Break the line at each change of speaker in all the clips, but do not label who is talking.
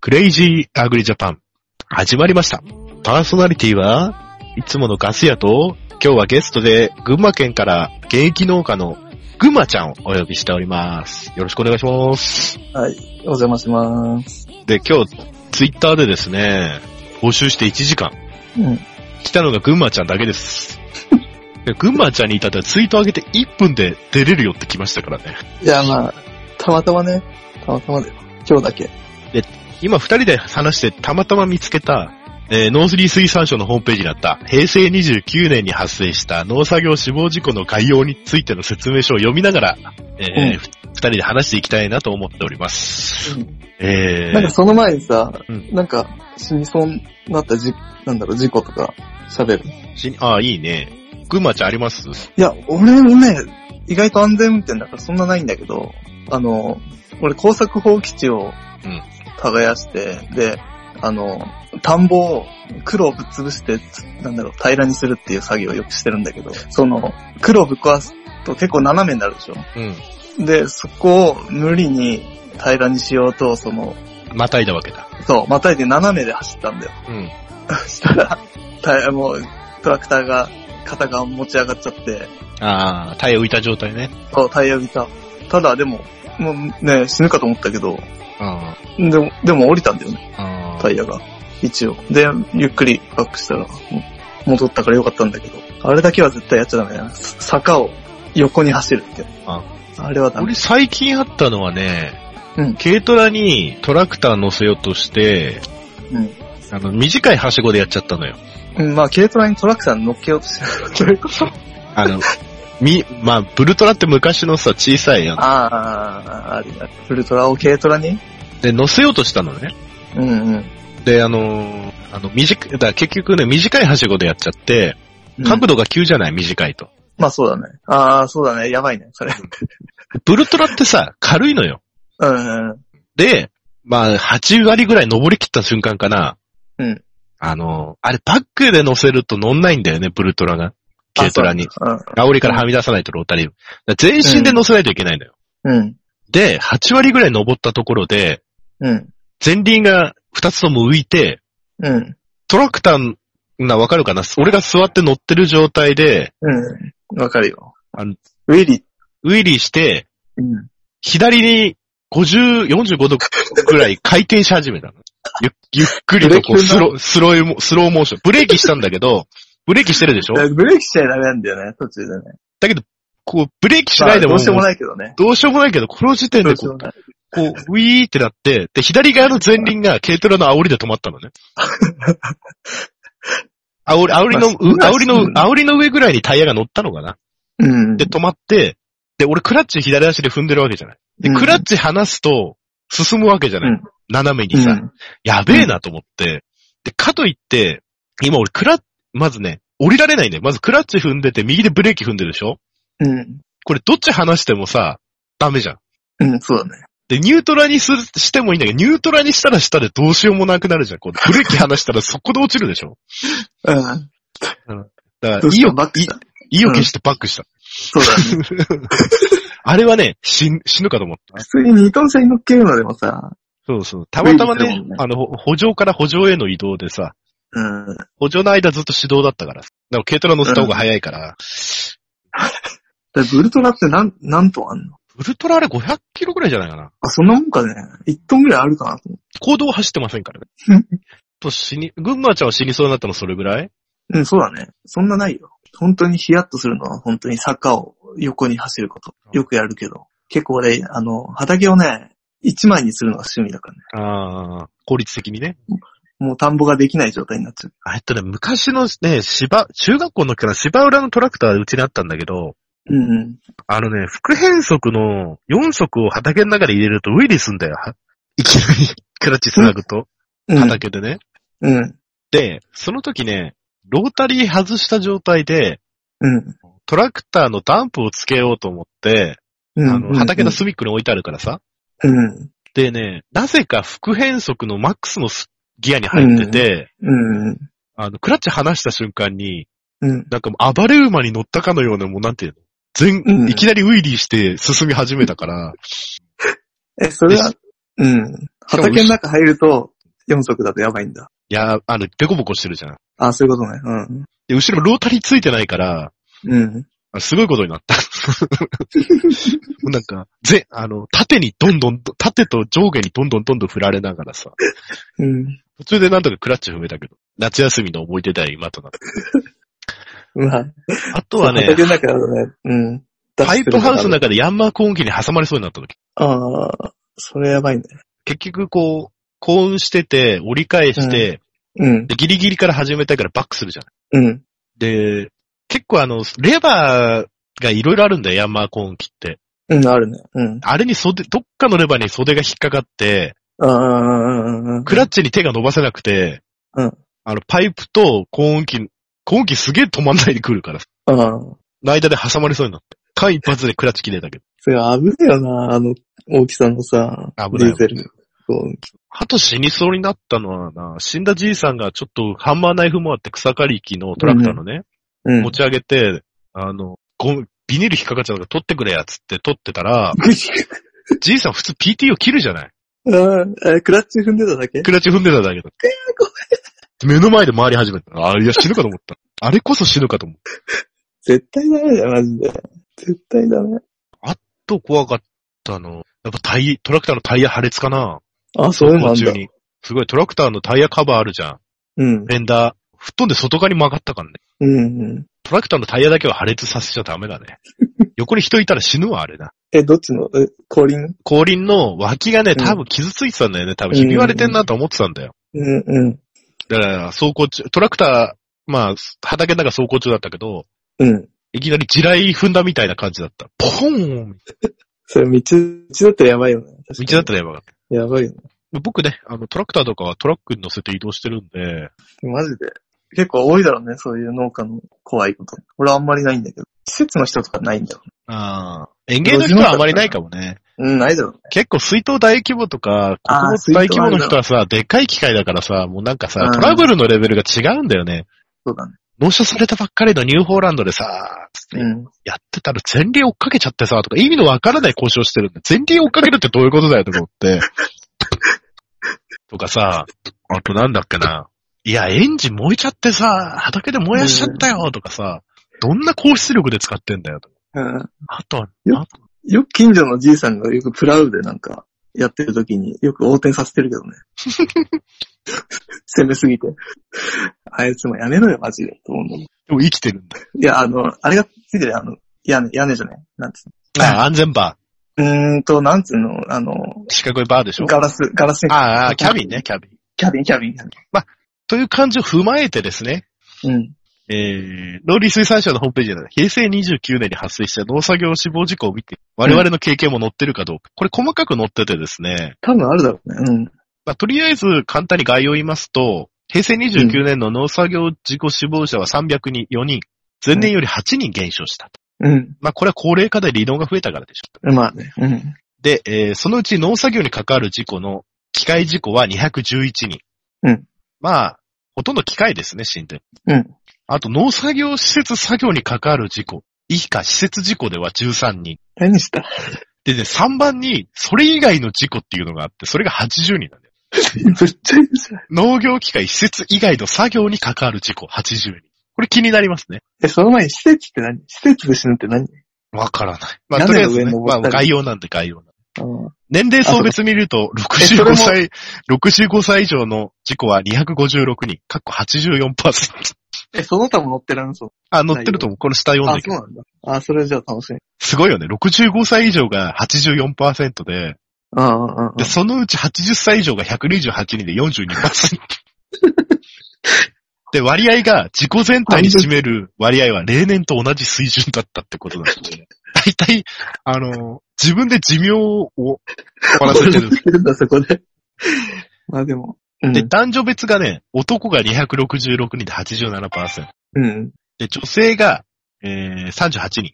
クレイジーアグリジャパン、始まりました。パーソナリティはいつものガス屋と、今日はゲストで群馬県から現役農家の群馬ちゃんをお呼びしております。よろしくお願いします。
お邪魔します。
で、今日、ツイッターでですね、募集して1時間、
うん。
来たのが群馬ちゃんだけです。で群馬ちゃんに至ってはツイート上げて1分で出れるよって来ましたからね。
いや、まあ、たまたまね、たまたまで、今日だけ。
今二人で話してたまたま見つけた、えーノースリー水産省のホームページにあった、平成29年に発生した農作業死亡事故の概要についての説明書を読みながら、えー
うん
ふ二人で話していきたいなと思っております。
うん
え
なんか
ー、
その前にさ、
うん
なんか死にそうになったじ、なんだろう、事故とか喋る。
しああ、いいね。群馬ちゃんあります
いや、俺もね、意外と安全運転だからそんなないんだけど、あの、俺工作放棄地を
うん
耕して、で、あの、田んぼを黒をぶっ潰して、つなんだろう、平らにするっていう作業をよくしてるんだけど、その、黒をぶっ壊すと結構斜めになるでしょ
うん。
で、そこを無理に平らにしようと、その、
またいだわけだ。
そう、またいで斜めで走ったんだよ。
うん。
そしたら、タイもう、トラクターが、肩が持ち上がっちゃって、
ああ、タイヤ浮いた状態ね。
そう、タイヤ浮いた。ただ、でも、もうね、死ぬかと思ったけど、
あ
でも、でも降りたんだよね、
ーあー
タイヤが。一応。で、ゆっくりバックしたら、戻ったからよかったんだけど、あれだけは絶対やっちゃダメだな。坂を横に走るって。
あ
あれはダメ
俺。最近あったのはね、
うん
軽トラにトラクター乗せようとして、
うん。
あの、短いはしごでやっちゃったのよ。
うん、まあ、軽トラにトラクター乗っけようとしてる。どういうこと
あの、み、まあ、ブルトラって昔のさ、小さいやん。
ああ、あれだ。ウルトラを軽トラに
で、乗せようとしたのね。
うんうん。
で、あのーあの、短い、だから結局ね、短いはしごでやっちゃって、角
度
度が急じゃない、短いと。
まあそうだね。ああ、そうだね。やばいね、それ。
ブルトラってさ、軽いのよ。
うんうん。
で、まあ、8割ぐらい登り切った瞬間かな。
うん。
あのーあれ、バックで乗せると乗んないんだよね、ブルトラが。軽トラに。
あ。
煽りからはみ出さないとロータリー。だから全身で乗せないといけないのよ。
そううん。
で、8割ぐらい登ったところで、
うん。
前輪が2つとも浮いて、
うん。
トラクターな、わかるかな俺が座って乗ってる状態で、
うん。わかるよ。
あの
ウィリ
ウィリーして、
うん。
左に50、45度くらい回転し始めたの。ゆゆっくりとこう、
ブレーキ踏んだ
スロー、スローモ、スローモーション。ブレーキしたんだけど、ブレーキしてるでしょ
ブレーキしちゃダメなんだよね、途中でね。
だけど、こう、ブレーキしないでも、
まあどうしようもないけどね。
どうしようもないけど、この時点
ど
で
うし
こ
よう
う
もない。
こう、ウィーってなって、で、左側の前輪が軽トラの煽りで止まったの ね。煽り、煽りの、う
まあ
煽りの、煽りの上ぐらいにタイヤが乗ったのかな
うん。
で、止まって、で、俺クラッチ左足で踏んでるわけじゃない。で、
うん
クラッチ離すと、進むわけじゃない。
うん
斜めにさ、
うん
やべえなと思って。で、かといって、今俺クラッ、まずね、降りられないね。まずクラッチ踏んでて、右でブレーキ踏んでるでしょ
うん。
これどっち離してもさ、ダメじゃん。
うん、そうだね。
で、ニュートラにする、してもいいんだけど、ニュートラにしたらしたでどうしようもなくなるじゃん。こう、ブレーキ離したらそこで落ちるでしょ
うん。
だか
ど
ら、
う
意
した
を、
バックした。
意意を決してバック した。
そうだね。
あれはね、死ん、死ぬかと思った。
普通に二トン車に乗っけるのでもさ、
そうそう。たまたま
ウィリー
ね
ズだもんね、
あの、ほ補助から補助への移動でさ、
うん。
補助の間ずっと指導だったから。でも軽トラ乗せた方が早いから。
だってウルトラってなん、何トンあんの
ウルトラあれ500キロぐらいじゃないかな。
あ、そんなもんかね。1トンぐらいあるかなと思
行動走ってませんから
う
ね
ん。。
と死に、群馬ちゃんは死にそうになったのそれぐらいう
うん、そうだね。そんなないよ。本当にヒヤッとするのは本当に坂を横に走ること。よくやるけど。結構俺、あの、畑をね、一枚にするのが趣味だからね。
ああ、効率的にね。
もう田んぼができない状態になっちゃう。
あえっとね、昔のね、芝、中学校の時から芝浦のトラクターうちにあったんだけど、
うんうん。
あのね、副変速の4速を畑の中で入れるとウィリーすんだよ。はいきなり クラッチつなぐと、
うん。
畑でね。
うん。
で、その時ね、ロータリー外した状態で、
うん。
トラクターのダンプをつけようと思って、
う
あ
ん。
の、畑の隅っこに置いてあるからさ。
うん。
でね、なぜか副変速のマックスのスギアに入ってて、
うん。
あの、クラッチ離した瞬間に、
うん。
なんかもう暴れ馬に乗ったかのような、もうなんていうの全、
うん
いきなりウィリーして進み始めたから、
え、それは、うん。
しかも
畑の中入ると、 4足だとやばいんだ。
いや、あの、デコボコしてるじゃん。
あ、そういうことね。うん。
で、後ろロータリーついてないから、
うん。
あすごいことになった。 もうなんか、ぜ、あの、縦にどんどん、縦と上下にどんどんどんどん振られながらさ、
うん。
途中でなんとかクラッチ踏めたけど、夏休みの思い出だよ、今となって。
まあ、
あとはね、
畑の中だとね、うん。
パイプハウスの
だ。
中でヤンマーコーン機に挟まれそうになった時、
ああ、それやばいね。
結局こう、幸運してて、折り返して、
うん。
でギリギリから始めたいからバックするじゃん。
うん。
で、結構あの、レバーがいろいろあるんだよ、ヤンマーコーン機って。
うん、あるね。うん。
あれに袖、どっかのレバーに袖が引っかかって、
ああ、
クラッチに手が伸ばせなくて、
うん
あの、パイプと高音機、高音機すげえ止まんないでくるから、
ああ。
間で挟まれそうになって。間一発でクラッチ切れたけど。
それ危ねえよな、あの大きさのさ、
危ない
ディーゼル。こう
あと死にそうになったのはな、死んだじいさんがちょっとハンマーナイフもあって草刈り機のトラクターのね、
うん。
持ち上げて、あの、ゴムビニール引っかかっちゃうから取ってくれやつって取ってた ら、じいさん普通 PT を切るじゃない
うんえクラッチ踏んでただけ
クラッチ踏んでただけだ。目の前で回り始めた。あ、いや死ぬかと思った。あれこそ死ぬかと思った
絶対ダメだよ、マジで。絶対ダメ。
ちょっと怖かったの。やっぱタイ、トラクターのタイヤ破裂かな
あ、そういうのあん
途
だ
中。に。すごい、トラクターのタイヤカバーあるじゃん。
うん。
フェンダー。吹っ飛んで外側に曲がったからね。
うんうん。
トラクターのタイヤだけは破裂させちゃダメだ ね。横に人いたら死ぬわ、あれな。
え、どっちのえ、後輪
後輪の脇がね、
うん
多分傷ついてたんだよね。多分ひび割れてんなと思ってたんだよ。
うんうん。
だから、走行中、トラクター、まあ、畑の中走行中だったけど、
うん。
いきなり地雷踏んだみたいな感じだった。ポーン
それ道、道だったらやばいよね。
道だったたらやばかっ
やばいよね。
た。僕ね、あの、トラクターとかはトラックに乗せて移動してるんで、
マジで。結構多いだろうね、そういう農家の怖いこと。俺はあんまりないんだけど。施設の人とかないんだろ
ああ。園芸の人はあまりないかもね。
う。うん、ないだろうね。
結構水筒大規模とか、国
あー
物大規模の人はさ、でっかい機械だからさ、もうなんかさ
う、ん
トラブルのレベルが違うんだよね。
そうだね。
納車されたばっかりのニューホーランドでさ、つって
うん。
やってたら前例追っかけちゃってさ、とか意味のわからない交渉してるんだ。前例追っかけるってどういうことだよとか思って。とかさ、あとなんだっけな。いや、エンジン燃えちゃってさ、畑で燃やしちゃったよとかさ、どんな高出力で使ってんだよとか。
うん。
あとは、
よよく近所のじいさんがよくプラウでなんか、やってる時によく横転させてるけどね。 攻めすぎて。あいつもやめろよ、マジで。と思うんだもんい
でも生きてるんだよ。
や、あの、あれがついてるよあの、屋根、屋根じゃないなんつう
あ、安全バー。
の。うーんと、なんつうの、あの、
四角いバーでしょ
ガラス、ガラスに、
ああ、キャビンね、キャビン。
キャビン、キャビン、キャ
という感じを踏まえてですね、
ビン。うん。
えー、農林水産省のホームページで、平成29年に発生した農作業死亡事故を見て、我々の経験も載ってるかどうか。これ細かく載っててですね、
多分あるだろうね。うん。
まあ、とりあえず簡単に概要を言いますと、平成29年の農作業事故死亡者は300人、4人、前年より8人減少したと。
うん。
まあ、これは高齢化で離農が増えたからでしょう。
まあね。うん。
で、えーそのうち農作業に関わる事故の機械事故は211人。
うん。
まあ、ほとんど機械ですね、死んでる。
うん。
あと、農作業施設作業に関わる事故。以下、施設事故では13人。
何した
でね、3番に、それ以外の事故っていうのがあって、それが80人なんだよ。
ぶっちゃけさ。
農業機械、施設以外の作業に関わる事故、80人。これ気になりますね。
え、その前に施設って何施設で死ぬって何
わからない。まあ、
屋
とりあえ
根の
ず、
上
ね、
登
ま
った
あ、概
り
要なんで概要なんで。
ああ
年齢層別見ると、
そ
65
れも
歳、65歳以上の事故は256人、かっこ84%。
え、その他も乗ってらんそう。
あ、乗ってると思う。この下読ん
あ、
だけ
そう
ど。
なんだ。あ、それじゃあ楽しみ。
すごいよね。65歳以上が84%で、
うんうんうんうん
で、そのうち80歳以上が128人で42%。で、割合が自己全体に占める割合は例年と同じ水準だったってことなんで、大体、あの、自分で寿命を終わらせてる。
そこで。まあでも。うん
で、男女別がね、男が266人で87%。
うん。
で、女性が、えー、38人。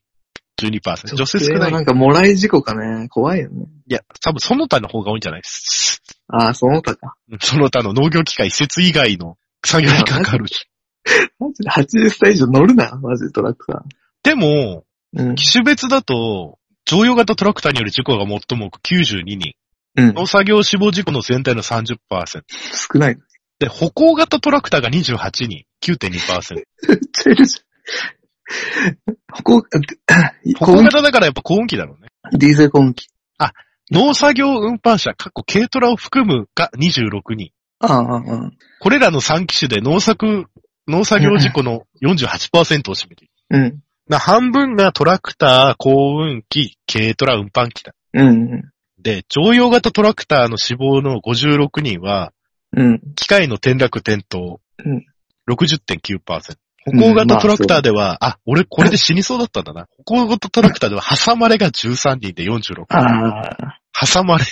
12%。女性少な。
はいなんか、もらい事故かね。怖いよね。
いや、多分その他の方が多いんじゃ ないです。
ああ、その他か。
その他の農業機械、施設以外の作業に関わる。
マジで80歳以上乗るな、マジでトラックさ
でも、
うん。
機種別だと、乗用型トラクターによる事故が最も多く92人。
うん。
農作業死亡事故の全体の30%。
少ない。
で、歩行型トラクターが28人、9.2%。
ちょいちょい ちょいここ、
歩
高
行
温
型だからやっぱ高音機だろうね。
ディーゼル今期。
農作業運搬車、かっこ軽トラを含むが26人。
ああ、ああ、
これらの3機種で農作、農作業事故の48%を占めている。
うん。
な半分がトラクター、幸運機、軽トラ運搬機だ。
うん。
で、乗用型トラクターの死亡の56人は、
うん。
機械の転落転倒、
うん
60.9%。歩行型トラクターでは、あ俺これで死にそうだったんだな。歩行型トラクターでは挟まれが13人で46。
ああ、
挟まれ。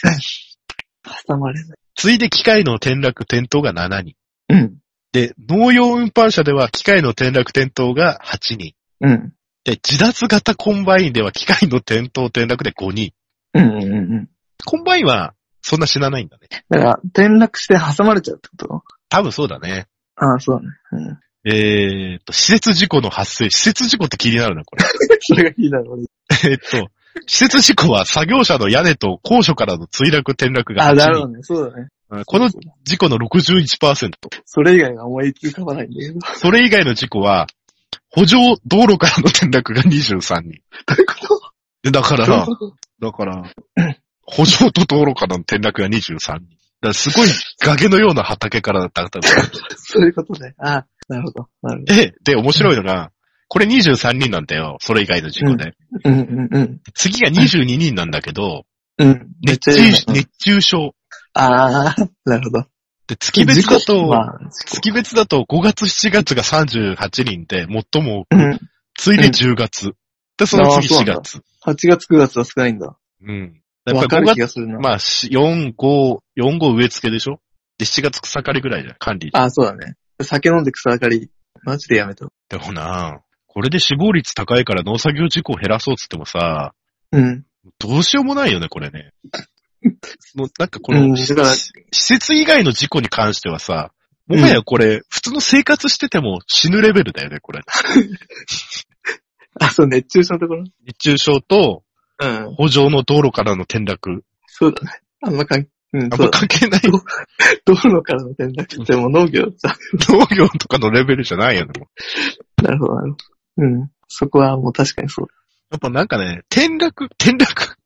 挟まれない。
ついで機械の転落転倒が7人。
うん。
で、農用運搬車では機械の転落転倒が8人。
うん。
で、自脱型コンバインでは機械の転倒転落で5人。
うん。うん。うん。
コンバインはそんな死なないんだね。
だから、転落して挟まれちゃうってこと
多分そうだね。
ああ、そうだね。うん。
えーっと、施設事故の発生。施設事故って気になるな、これ。
それがいいだろ うね。
えーっと、施設事故は作業車の屋根と高所からの墜落転落が
ああ、
8
だろう
人。
ね。そうだね。
うんこの
そうそう
事故の61%。
それ以外が思いつかばないんだけど。
それ以外の事故は、補助道路からの転落が23人。
どういうこと
でだから
どうい
な
う、こと
だから、補助と道路からの転落が23人。だからすごい崖のような畑からだ った。多分
そういうことね。ああ、なるほど。なるほ
え、で、面白いのが、これ23人なんだよ。それ以外の事故で。
ど。うんうんうん。
次が22人なんだけど、
うん。
熱
いい
中、
ね。
熱中症。
ああ、なるほど。
で、月別だと、
まあ、
月別だと5月7月が38人で最も多
う
く、
ん。
ついで10月。で、その次
あーそう
4
なんだ
月。
8月9月は少ないんだ。
うん。やっ
わ
ぱ
か
5
る
月
気、がするな。
まあ、し4、5、4、5植え付けでしょで、7月草刈りぐらいじゃん、管理。
ああ、そうだね。酒飲んで草上がり。マジでやめと。
でもなこれで死亡率高いから農作業事故を減らそうっつってもさ、
うん。
どうしようもないよね、これ ね。もうなんかこ
うん
の、
だ
し
から
施設以外の事故に関してはさ、もはやこれ、普通の生活してても死ぬレベルだよね、これ。
あ、そう、熱中症のところ。
熱中症と、
うん。
補助の道路からの転落。
そうだね。あんま関係、うん、
あん
そ
ま
うだ。
関係 ない。
道路からの転落でも農業さ。
農業とかのレベルじゃないよね。もう
なるほど、なるほど。うん。そこはもう確かにそう。
やっぱなんかね、転落、転落。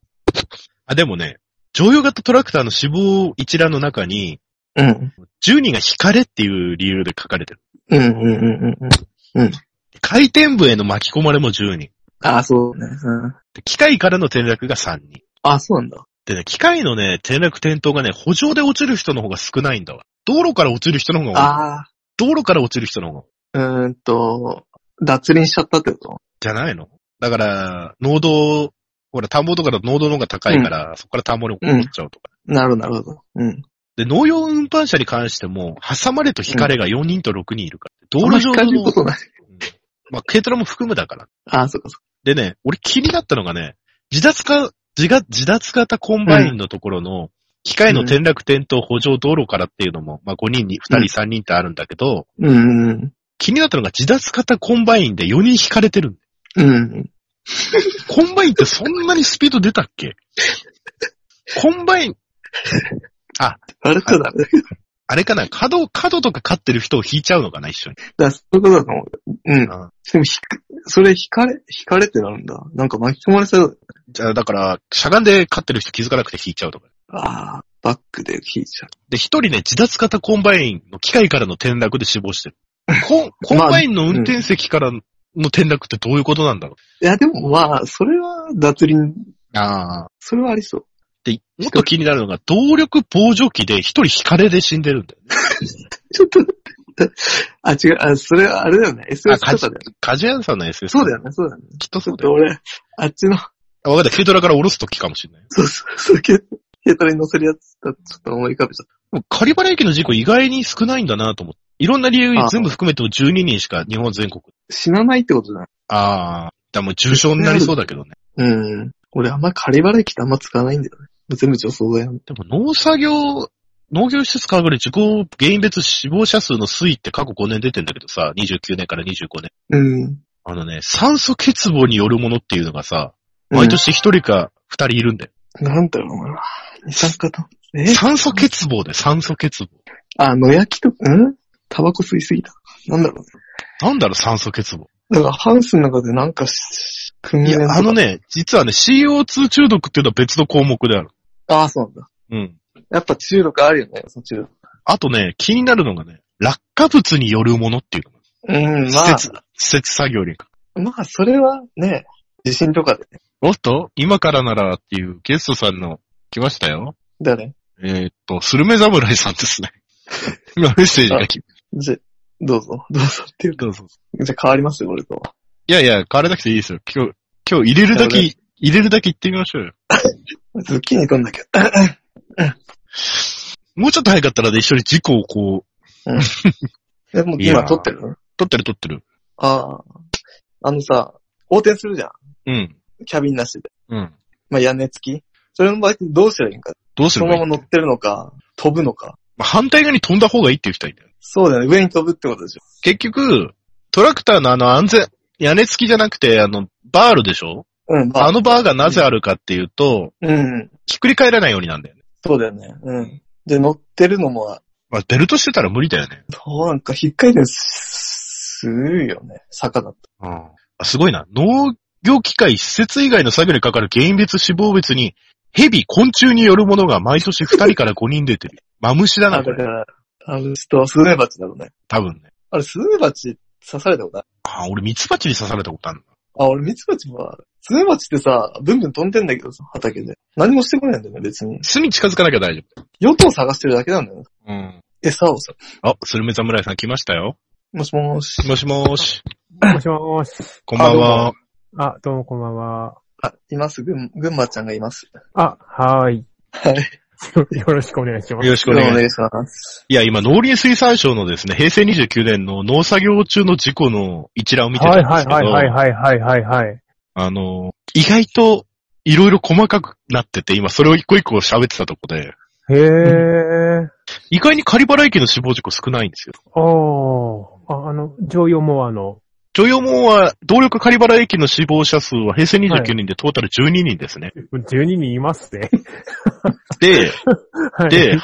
あ、でもね、乗用型トラクターの死亡一覧の中に、
うん。
10人が惹かれっていう理由で書かれてる。
うん、うん、うん、うん。
回転部への巻き込まれも10人。
ああ、そうね。うん。
で機械からの転落が3人。
ああ、そうなんだ。
でね、機械のね、転落転倒がね、補助で落ちる人の方が少ないんだわ。道路から落ちる人の方が多い。
あ
道路から落ちる人の方が多い。
あ、うーんと、脱輪しちゃったってこと
じゃないのだから、農道、ほら、田んぼとかの農道の方が高いから、そこから田んぼに落っこっちゃうとか。
なるほど、なるほど。うん。
で、農用運搬車に関しても、挟まれと引かれが4人と6人いるから。
あ
道
んま
路
引
上
かれる
の、
ことない。
うんまあ、軽トラも含むだから。
ああ、そうか、そ
でね、俺気になったのがね、自脱か、自が、自脱型コンバインのところの、機械の転落転倒補助道路からっていうのも、まあ5人に、2人3人ってあるんだけど、
うか。うん、うん、
気になったのが自脱型コンバインで4人引かれてる。
うん。
コンバインってそんなにスピード出たっ けコンバイン、
悪くなる。
あれかな角、角とか飼ってる人を引いちゃうのかな一緒に。
だからそういうことだと思う。うん。
うん
でも、ひく、それ引かれ、引かれってなるんだ。なんか巻き込まれそう。
じゃあ、だから、しゃがんで飼ってる人気づかなくて引いちゃうとか。
ああ、バックで引いちゃ
で、一人ね、自脱型コンバインの機械からの転落で死亡 してる。コン、コンバインの運転席からの転落ってどういうことなんだろ
う。いや、でもまあ、それは脱輪、
う。ああ。
それはありそう。
で、もっと気になるのが、動力防除器で一人引かれで死んでるんだよね。
ちょっと、あ、違う、あ、それはあれだよね。
あ、
SOS
カ
と
ジ
かだよね。
カジアンさんの SS。
そうだよ。ね、そうだよね。
きっと
ち
そ
ょ
う
っ
だ
と
よ。
俺、あっちの、
あわかった。軽トラから降ろすときかもしれない。
そうそう、そう、軽軽トラに乗せるやつだとちょっと思い浮かべちゃっ
でもカリバラ駅の事故意外に少ないんだなと思って。いろんな理由
ああ
全部含めても12人しか日本全国。
た。死なないってことじゃない
ああ。だからもう重症になりそうだけどね。
うん。俺あんまカリバラ駅ってあんま使わないんだよね。全部女装だよね。
でも農作業、農業施設からぐらい事故原因別死亡者数の推移って過去5年出てんだけどさ、29年から25年。
うん。
あのね、酸素欠乏によるものっていうのがさ、
うん
毎。年1人か2人いるんだよ。
なんだろうな。二酸化炭素。え
酸素欠乏で酸素欠乏。
あ、野焼きと、んタバコ吸いすぎた。なんだろうね。
なんだろう、酸素欠乏。
だからハウスの中でなんかし、組
い
み合
や、あの。ね、実はね、CO2 中毒っていうのは別の項目である。
ああ、そうなんだ。
うん。
やっぱ中毒あるよね、その中毒。
あとね、気になるのがね、落下物によるものっていうの。
うん、ま
施
あ、
設、施設作業に。
まあ、それはね、地震とかでね。
おっと、今からならっていうゲストさんの来ましたよ。
誰
えーっと、スルメ侍さんですね。 今メッセージが来
じゃ、どうぞ、 どうぞっていうか。
どうぞ。
じゃあ変わりますよ、俺とは。
いやいや、変われなくていいですよ。今日、今日入れるだけ、
なる
入れるだけ言ってみましょうよ。
ズッキーニ飛んだ けど。
もうちょっと早かったらね、一緒に事故をこう、
え、もう
いや
今撮ってるの
撮ってる撮ってる。
ああ。あのさ、横転するじゃ
うん。
ん。キャビンなしで。
うん。
まあ、屋根付き。それの場合どうしたらいいんか。
どうす
そ
れ
の
ばい
ま
い
ま乗ってるのか、飛ぶのか。
まあ反対側に飛んだ方がいいっていう人はいる。
そうだよね。上に飛ぶってことでしょ。
結局、トラクターのあの安全、屋根付きじゃなくて、あの、バールでしょ
うん、ま
あのバーがなぜあるかっていうと、
うん。
ひっくり返らないようになんだよね。
そうだよね。うん。で、乗ってるのも、
まあ、ベルトしてたら無理だよね。
そうなんか、引っかいてするよね。坂だと。
うん。すごいな。農業機械、施設以外の作業にかかる原因別、死亡別に、蛇、昆虫によるものが毎年2人から5人出てる。マムシだ
あ、
な、
だ
こ
か
れ。
ら、あの人はスズメバチだろうね。
多分ね。
あれ、スズメバチ刺されたことない
あ、俺、ミツバチに刺されたことあるの
あ、俺、ミツバチもある、スズメバチってさ、ブンブン飛んでんだけどさ、畑で。何もしてくれないんだよね、別に。
巣に近づかなきゃ大丈
与党探してるだけなんだよね。
夫。うん。
餌をさ。
あ、スルメ侍さん来ましたよ。
もしもーし。
もしもーし。
もしもーし。
こんばん
あど
は。
あ、どうもこんばんは。
あ、います、ぐん、ぐんまちゃんがいます。
あ、はーい。
はい。
よろしくお願いしま
よ
す。
ろしくお願いします。
します。
いや、今、農林水産省のですね、平成29年の農作業中の事故の一覧を見てたん
はい
で
は
す
い
けど、
はいはいはいはいはいはい。
あの、意外と、いろいろ細かくなってて、今、それを一個一個喋ってたとこで、
へー。
意外に仮払い機の死亡事故少ないんですよ。
あー。あ、あの、常用モアの。
ジョヨモは、動力仮払い機の死亡者数は平成29年でトータル12人ですね。
12人いますね。
で、
はい
で、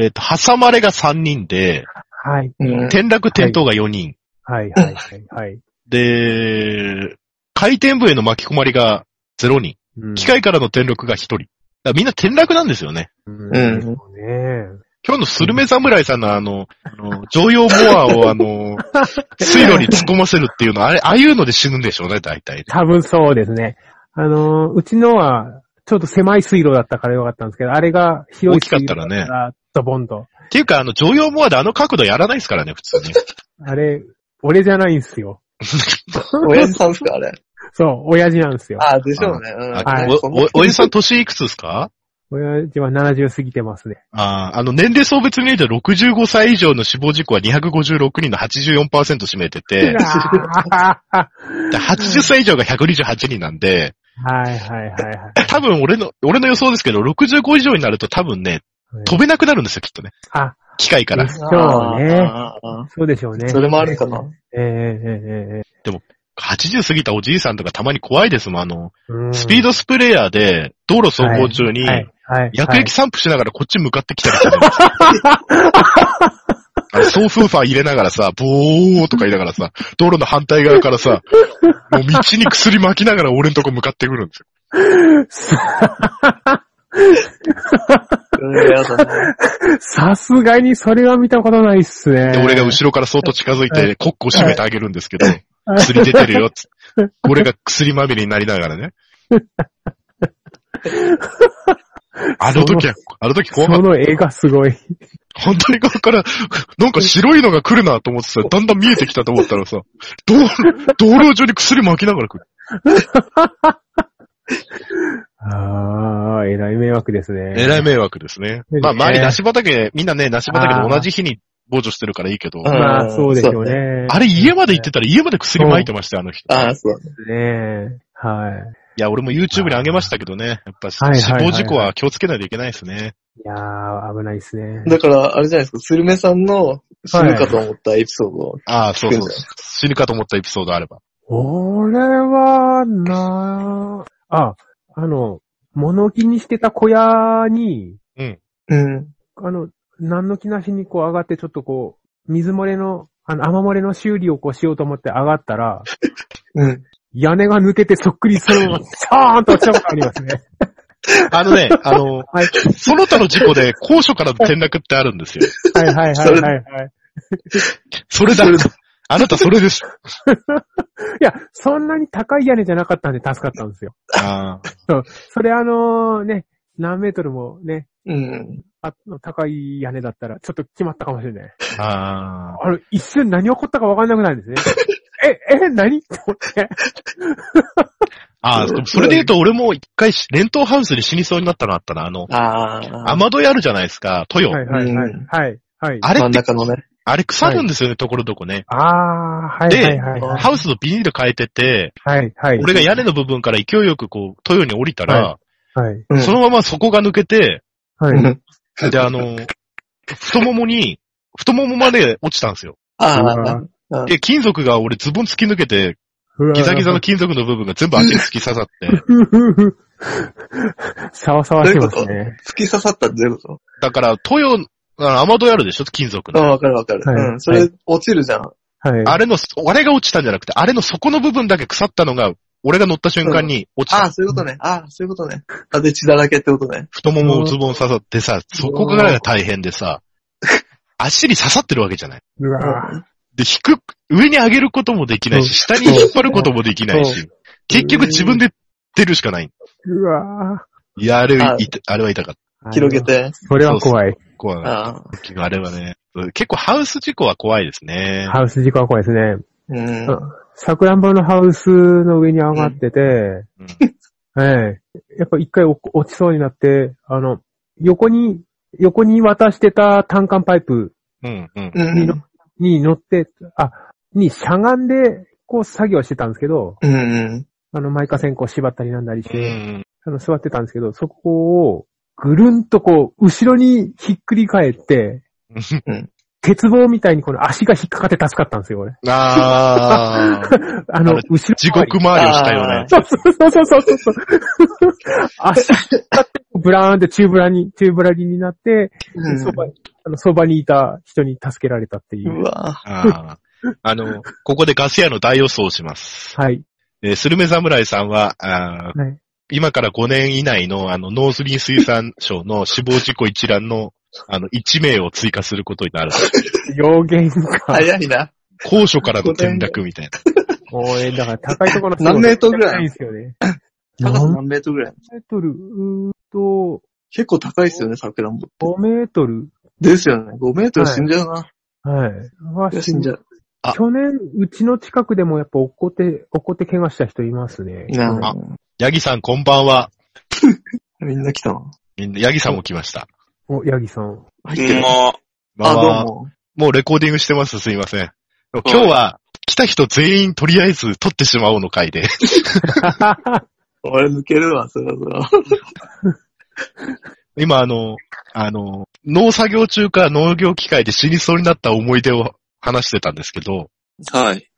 えっ、と、挟まれが3人で、
はい。
うん。
転落転倒が4人。
はいはいはいはい。
で、回転部への巻き込まれが0人。
うん
機械からの転落が1人。だからみんな転落なんですよね。
うん。
うん
そうね
今日のスルメ侍さんのあの、あの、常用モアをあの、 水路に突っ込ませるっていうのは、あれ、ああいうので死ぬんでしょうね、大体ね。
多分そうですね。あのー、うちのは、ちょっと狭い水路だったからよかったんですけど、あれが広い水路
大きかった
ら、ドボンと。
っていうか、あの、常用モアであの角度やらないですからね、普通ね。
あれ、俺じゃないんですよ。
親父さんですか、あれ。
そう、親父なんですよ。
あ、でしょうね。うん。
あ
はい
お、お、おやじさん年いくつですか
親父は70過ぎてますね。
あーあの、年齢層別に見ると65歳以上の死亡事故は256人の84%占めてて、
は
で80歳以上が128人なんで、
いはいはいは
多分俺の、俺の予想ですけど、65以上になると多分ね、
い。
飛べなくなるんですよ、きっとね。
あ、
機械から
で。しょうね。
ね。
そうでしょうね。
それもあるかな。
えええええ
80過ぎたおじいさんとかたまに怖いですもん、あの、
えうん
スピードスプレーヤーで、道路走行中に、
はいはい。
薬液散布しながらこっち向かってきたりするん ですよ。あの送風ファン入れながらさ、ボーとか言いながらさ、道路の反対側からさ、もう道に薬巻きながら俺んとこ向かってくるんですよ。
うん、やだね。
さすがにそれは見たことないっすね。
で、俺が後ろから相当近づいて、コックを締めてあげるんですけど、薬出てるよっつって。俺が薬まみれになりながら ね。あの時は、あの時怖かった
その絵がすごい。
反対側から、なんか白いのが来るなと思ってさ、だんだん見えてきたと思ったらさ、道路、道路上に薬巻きながら来る。
ああ、えらい迷惑ですね。
えらい迷惑ですね。
ね
まあ、周り梨畑、みんなね、梨畑で同じ日に傍聴してるからいいけど、
あー
まあ、そうですよね。
あれ家まで行ってたら家まで薬巻いてましたよ、あの人。
ああ、そうだね。
ねはい。
いや、俺も YouTube に上げましたけどね、やっぱ死
はいはいはい
亡事故は気をつけないといけないですね。
いやー、危ないですね。
だから、あれじゃないですか、スルメさんの死ぬかと思ったエピソードを。
ああ、そうそう
そうです。
死ぬかと思ったエピソードあれば。
俺は、なあ、あの、物置にしてた小屋に、
うん。
あの、何の気なしにこう上がって、ちょっとこう、水漏れの、あの、雨漏れの修理をこうしようと思って上がったら、
うん。
屋根が抜けてそっくりそのまま、シャーンと落ちたことありますね。
あのね、あの、
はい。
その他の事故で高所からの転落ってあるんですよ。
はいはいはいはい、はい。
それだ。あなたそれです。
いや、そんなに高い屋根じゃなかったんで助かったんですよ。
あー
そう。それあのね、何メートルもね、
うん。
あの高い屋根だったら、ちょっと決まったかもしれない。
あー。
あれ、一瞬何起こったかわかんなくなるんですね。 え、え、何 って思って。
あーでもそれで言うと俺も一回し、レントハウスに死にそうになったのあったな。あの、
ああ。
雨戸やるじゃないですか、豊。
はいはいはい
うん。
はい。はい。
あれ
真
っ
ん
て、
中のね。
あれ腐るんですよね、ところどこね。
ああー、はいはいはいはい。
ハウスのビニール変えてて、
はいはい。
俺が屋根の部分から勢いよくこう、豊に降りたら、
はい。
うん
そのまま底が抜けて、
はい。
で、あの、太ももに、太ももまで落ちたんですよ。
ああ。
で、金属が俺ズボン突き抜けて、ギザギザの金属の部分が全部足に突き刺さ って、
ふふふ。さわさわしてますね。
突き刺さったってどういうこと
だから、豊、あ雨戸あるでしょ金属
あ
の。
わかるわかる。
はい
うん。それ、落ちるじゃん。
はい。
あれの、あれが落ちたんじゃなくて、あれの底の部分だけ腐ったのが、俺が乗った瞬間に落ち
あ
た。
あ、そういうことね。ああ、そういうことね。あ、で、血だらけってことね。
太ももをズボン刺さってさ、そこからが大変でさ、足に刺さってるわけじゃない。
うわぁ。
で、引く、上に上げることもできないし、下に引っ張ることもできないし、結局自分で出るしかない。
うわ
いや、あれ
あ、
いたあれは痛かった。
ぁ。
広げ。て。
それは怖い。
怖かった
ああ。
あれはね、結構ハウス事故は怖いですね。
ハウス事故は怖いですね。
うん。
サクランボのハウスの上に上がってて、
うん
ええやっぱ一回落落ちそうになって、あの、横に、横に渡してた単管パイプ
うん、うん。
うん。
に乗って、あ、にしゃがんで、こう作業してたんですけど、
うん。
あの、マイカ線こう縛ったりなんだりし
う
て、
ん。
あの、座ってたんですけど、そこを、ぐるんとこう、後ろにひっくり返って
うん、
鉄棒みたいにこの足が引っかかって助かったんですよ、俺。
あ ー、
あの
あれ、
後ろ回り。
地獄回りをしたよね。
そうそうそうそうそうそう。足引っ張って、ブラーンって中ブラに、中ブラリになって、
うん
そばに、あの、そばにいた人に助けられたっていうう。
わ
あーあの、ここでガス屋の大予想をします。
はい。
えースルメ侍さんは、あー
はい。
今から5年以内の、あの、農林水産省の死亡事故一覧の、あの、1名を追加することになる。
要言か。
早いな。
高所からの転落みたいな。
応援だから高いところの
何メートルぐらい
ないんですよね。
高さ
何メ
何メートルぐらい
ートルうーんと、
結構高いですよね、桜も。
5メートル。
ですよね。5メートル死んじゃうな。
はい。はい
や死んじゃう。
あ
去年、うちの近くでもやっぱ怒って、怒って怪我した人いますね。
なあ
ヤギさんこんばんは。
みんな来たな。
みんなヤギさんも来ました。
お、ヤギさん。。
入ってる。
も
ま
あ、
あ
どうも。
もうレコーディングしてます。すいません。今日は、来た人全員とりあえず撮ってしまおうの回で。
俺抜けるわ、そろそろ。
今あの、あの、農作業中か農業機械で死にそうになった思い出を話してたんですけど、
う、はい。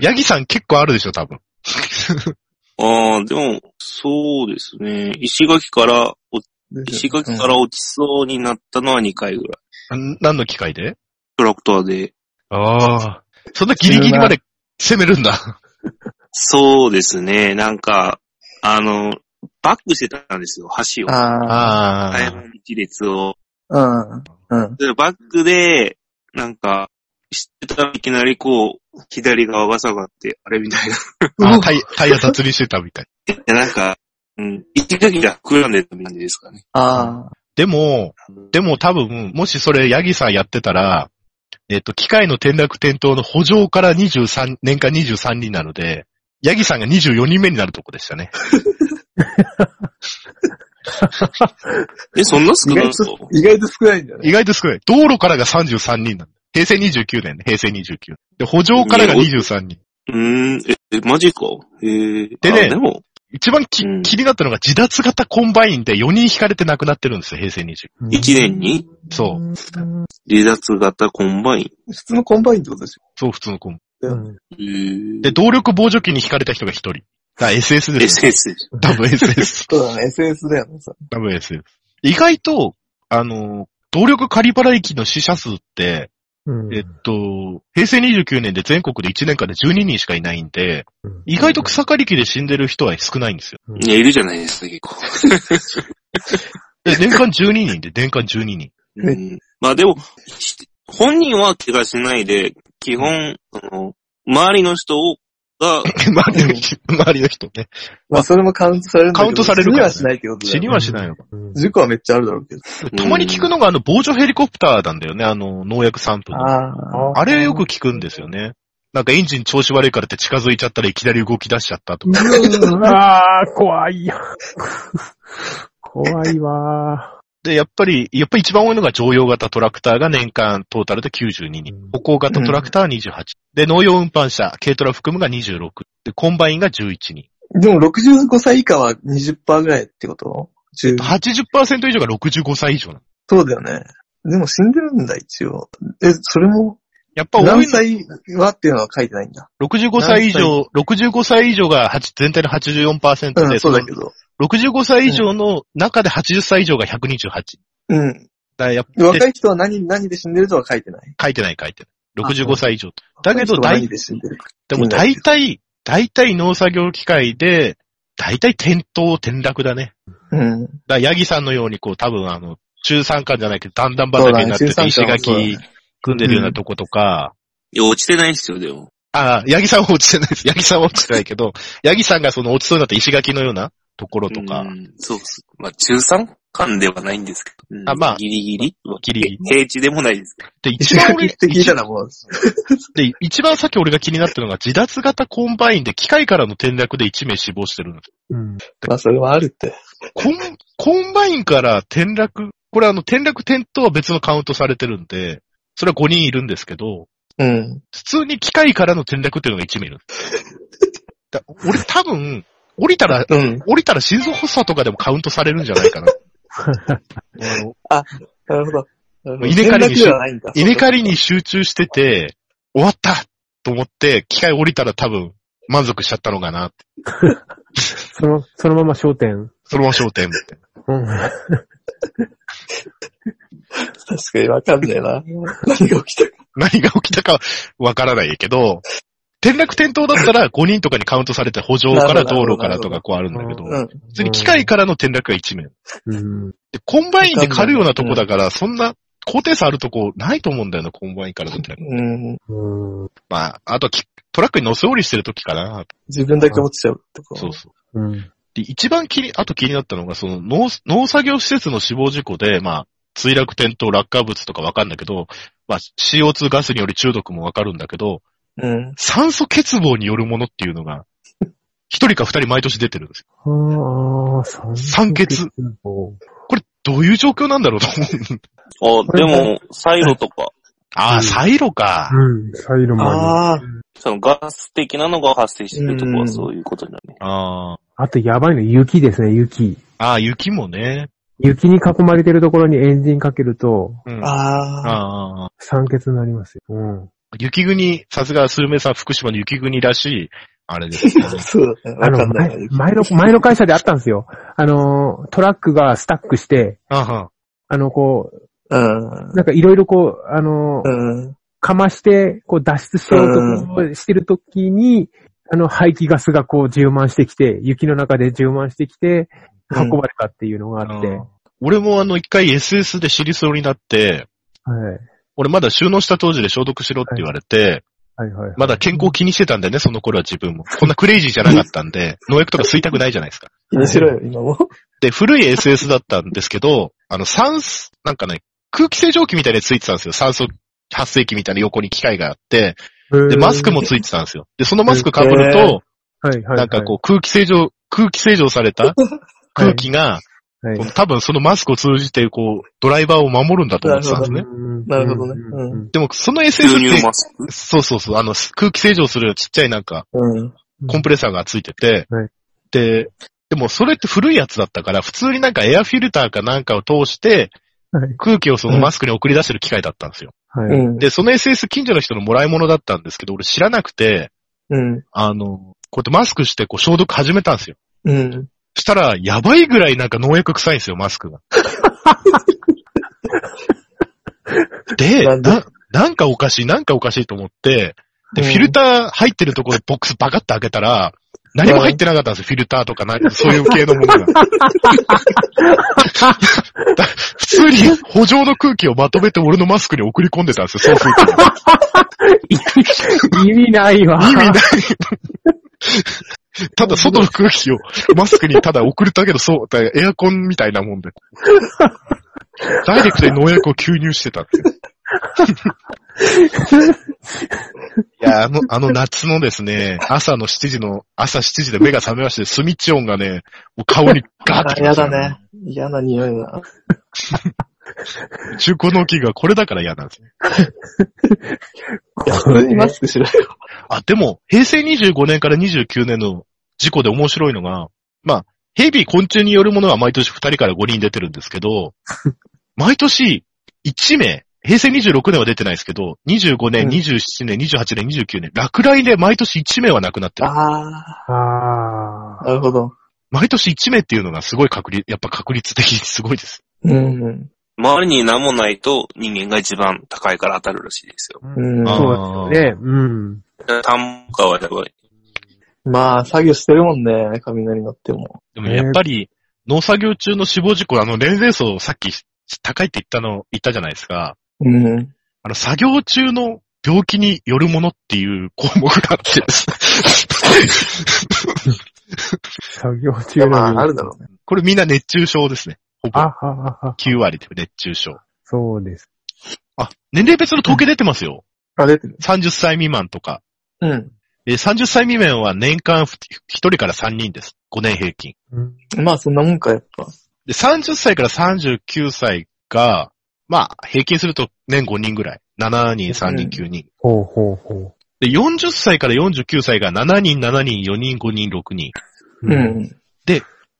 ヤギさん結構あるでしょ、多分。
ああ、でも、そうですね。石垣から、お石垣から落ちそうになったのは2回ぐらい。
ん何の機械で
トラクターで。
ああ。そんなギリギリまで攻めるんだ。
そうですね。なんか、あの、バックしてたんですよ、橋を。
あ
あ
台湾一列を。
あ。うん。うん。
でバックで、なんか、してたらいきなりこう、左側が下がって、あれみたいな。
あタイタイヤ雑にしてたみたい。
でなんか、うん、石垣が膨らんでたみたいですかね。
あ
でも、でも多分、もしそれヤギさんやってたら、えっと、機械の転落転倒の補助から23、年間23人なので、ヤギさんが24人目になるとこでしたね。
え、そんな
あ。
少
意
ない
外
の
と、意外と少ないんだよね。
意外と少ない。道路からが33人なんだ。平成29年ね、平成29。で、補助からが23人。
うーん、え、えマジか。えー、
でね
あでも、
一番き、
うん
気になったのが自脱型コンバインで4人引かれて亡くなってるんですよ、平成29。
1年に
そう
離脱型コンバイ
普通のコンバインってことでし
そう、普通のコンバイン。
ょ。
ん。
ン。えー
で、動力防除機に引かれた人が1人。あ、SS ですね。
SS でしょ。
多分 SS。
そうだね、SS だよね、さ。
多分 SS。意外と、あの、動力カリバラ域の死者数って、
うん
えっと、平成29年で全国で1年間で12人しかいないんで、
うん
意外と草刈り機で死んでる人は少ないんですよ。
うん
いや、いるじゃないですか、結 構。
で、年間12人で、年間12人。
ね
うんまあでも、し本人は怪我しないで、基本、あの、周りの人を、が、
周りの人、周りの人ね。
まあ、それもカウントされるんだけど
カウントされる
死
か
に
ら
は
ね
しないってことだ
死
よ
に
ね。
はしないのか。
うん
事故はめっちゃあるだろうけど。
たまに聞くのが、あの、防除ヘリコプターなんだよね、あの、農薬散布の。あ
ああ。
あ
れよく聞くんですよね。なんかエンジン調子悪いからって近づいちゃったらいきなり動き出しちゃったとか。
うわー、怖いや。 怖いわ
で、やっぱり、やっぱり一番多いのが常用型トラクターが年間トータルで92人
うん。
歩行型トラクター28。で、農用運搬車、軽トラ含むが26。で、コンバインが11人。
でも65歳以下は20%ぐらいってこと10
80%以上が65歳以上なの。
そうだよね。でも死んでるんだ、一応。え、それも、
やっぱ多いの
何歳はっていうのは書いてないんだ。
65歳以上、65歳以上が8全体の84%で、
うん、そうだけど。
65歳以上の中で80歳以上が128。だか
うん。
らやっぱ
若い人は何、何で死んでるとは書いてない。
書いてない書いてない。65歳以上。だけど
若い人は
大
何、で死んでるか。
でも大体、大体農作業機械で、大体転倒転落だね。
うん。
だからヤギさんのようにこう多分あの、中山間じゃないけど、だんだん畑になって
そうだ
て
ね
石
中山間はそう
垣組んでるようなとことか、
いや、落ちてないですよ、でも。
ああ、ヤギさんは落ちてないです。ヤギさんは落ちてないけど、ヤギさんがその落ちそうになった石垣のようなところとか
う、んそうっす。まあ、中3間ではないんですけど。うん
あまあ
ギリギリ
ギリギリ
平地でもないですけど。
で、一
石
番
垣
俺、
って聞いたらもう、
で、一番さっき俺が気になったのが、自脱型コンバインで機械からの転落で1名死亡してるんです。
ー。うん。
まあそれはあるって。
コン、コンバインから転落、これあの、転落転倒は別のカウントされてるんで、それは5人いるんですけど、
うん。
普通に機械からの転落っていうのが1名いるんです。だ俺多分、降りたら、
うん。
降りたら心臓発作とかでもカウントされるんじゃないかな。
なるほど。なるほど
稲刈りにし
連絡ではないんだ。
稲刈りに集中してて、終わったと思って、機械降りたら多分、満足しちゃったのかな。
その、そのまま焦点。
そのまま焦点。
うん。
確かにわかんないな。何が起きたか。
何が起きたかわからないけど、転落転倒だったら5人とかにカウントされて補助から道路からとかこうあるんだけど、
うん。
普通に機械からの転落が1名。
うん。
で、コンバインで狩るようなとこだから、そんな高低差あるとこないと思うんだよな、コンバインからの転落。
うん。
うん。
まあ、あとはきトラックに乗せ降りしてる時かな。
自分だけ落ちちゃうとか。
そうそう。
うん。
で、一番気に、あと気になったのが、その農、農作業施設の死亡事故で、まあ、墜落転倒、落下物とかわかんだけど、まあ、CO2 ガスにより中毒もわかるんだけど、
うん。
酸素欠乏によるものっていうのが、一人か二人毎年出てるんですよ。
ああ、酸
酸欠。これ、どういう状況なんだろうと思う。
あ、でも、サイロとか、
あ
う
あ、
ん
サイロか。
うん。サイロもある。
ああ。
そのガス的なのが発生してるとこはそういうことになるね。
あ
あとやばいの、雪ですね、雪。
あ。ああ、雪もね。
雪に囲まれてるところにエンジンかけると、
うん、あ
ああ。
あ。
酸欠になりますよ。うん。
雪国、さすがスルメさん、福島の雪国らしい、あれですね。
そうだね。
あ
わか
の、
んないな。
前前の、前の会社であったんですよ。あの、トラックがスタックして、
あは
あの、こ
うん
う、。なんかいろいろこう、あの、
うん。
かまして、こう脱出しようとしてるときに、あの、排気ガスがこう充満してきて、雪の中で充満してきて、
うん
運ばれたっていうのがあって、
うん俺もあの、一回 SS で知りそうになって、
はい。
俺まだ収納した当時で消毒しろって言われて、
はいはいはい。
まだ健康気にしてたんだよね、その頃は自分も。こんなクレイジーじゃなかったんで、農薬とか吸いたくないじゃないですか。
気にしろよ、今も。
で、古い SS だったんですけど、あの、酸素、なんかね、空気清浄機みたいについてたんですよ。酸素発生器みたいな横に機械があって、で、マスクもついてたんですよ。で、そのマスク被る
へー
と、
はいはい。
なんかこう、空気清浄、空気清浄された空気が、
う、はい
この多分そのマスクを通じて、こう、ドライバーを守るんだと思ってたんですね。
なるほどね
うん
でも、その SS
牛
っ
乳
て、
マスク
そうそうそう、あの、空気清浄するちっちゃいなんか、
うん。
コンプレッサーがついてて、
はい
で、でもそれって古いやつだったから、普通になんかエアフィルターかなんかを通して、
はい
空気をそのマスクに送り出してる機械だったんですよ。
は
う
い。
ん。
で、その SS 近所の人のもらい物だったんですけど、俺知らなくて、
うん。
あの、こうやってマスクしてこう消毒始めたんですよ。
うん。
したら、やばいぐらいなんか農薬臭いんですよ、マス クが。で、
な
なん
で
なんかおかしい、なんかおかしいと思って、で、
うん
フィルター入ってるところでボックスバカッと開けたら、何も入ってなかったんですよ、フィルターとかなんかそういう系のもの が。普通に補助の空気をまとめて俺のマスクに送り込んでたんですよ、送風機を
意味ないわ。
意味ない。ただ外の空気をマスクにただ送るだけど、そう、だからエアコンみたいなもんで。ダイレクトに農薬を吸入してたっていう。いや、あの、あの夏のですね、朝の7時の、朝7時で目が覚めまして、スミチオンがね、もう顔にガーッて
あ
きま
嫌
した
だ
よ
ね。。嫌な匂いが。
中古の器具はこれだから嫌なんですね。
いや、普通にマスクしろよ。
あ、でも、平成25年から29年の事故で面白いのが、まあ、ヘビー昆虫によるものは毎年2人から5人出てるんですけ ど、毎年1名、平成26年は出てないですけど、25年、
うん
27年、28年、29年、落雷で毎年1名は亡くなってる。
あ
あ
あ、なるほど。
毎年1名っていうのがすごい確率、やっぱ確率的に すごいです。
うん。
周りに何もないと人間が一番高いから当たるらしいですよ。
ー
うん
そうですよね。うん。
田んぼかはやばい。
まあ、作業してるもんね、雷乗っても。
でもやっぱり、農作業中の死亡事故、あの、年齢層さっき高いって言ったの、言ったじゃないですか。
うん。
あの、作業中の病気によるものっていう項目があってです。
作業中の。
だろうね。
これみんな熱中症ですね。ほ
あ
ぼ
ははは。
9割で熱中症。
そうです。
あ、年齢別の統計出てますよ。
あ、出てる。
30歳未満とか。
うん。
で30歳未満は年間1人から3人です。5年平均。
うん。
まあ、そんなもんか、やっぱ。
で、30歳から39歳が、まあ、平均すると年5人ぐらい。7人、3人、9人。
ほうほうほ
で、40歳から49歳が7人、7人、4人、5人、6人。
う。
う
へ
ん。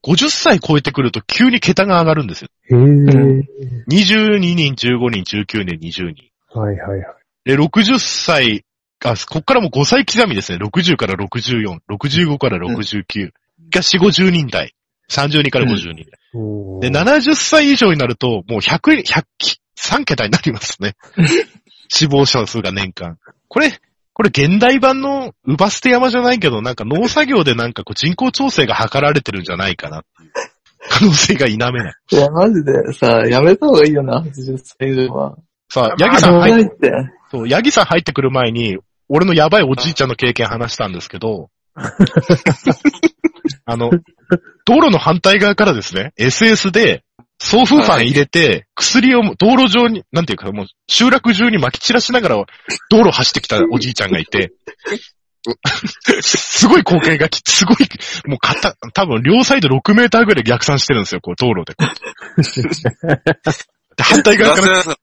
50歳超えてくると急に桁が上がるんですよ。
え。
ん
22人、15人、19人、20人。
はいはいはい。
で、60歳、あ、こっからもう5歳刻みですね。60から64、65から69が4、50人台。32から50人。
お
で、
ー
70歳以上になると、もう100、100、3桁になりますね。死亡者数が年間。これ、これ現代版のウバステ山じゃないけど、なんか農作業でなんかこう人口調整が図られてるんじゃないかなっていう可能性が否めない。
いや、マジでさ、やめた方がいいよな、80歳以上は。
さあ、ヤギさん、
まあ
はい
危ないって。
そう、ヤギさん入ってくる前に、俺のやばいおじいちゃんの経験話したんですけど、あの、道路の反対側からですね、SS で、送風ファン入れて、薬を道路上に、なんていうか、もう集落中に撒き散らしながら、道路走ってきたおじいちゃんがいて、 すごい光景がき、すごい、もう片、多分両サイド6メーターぐらい逆算してるんですよ、こう道路で。こうで反対側か
ガス
ら
屋さん。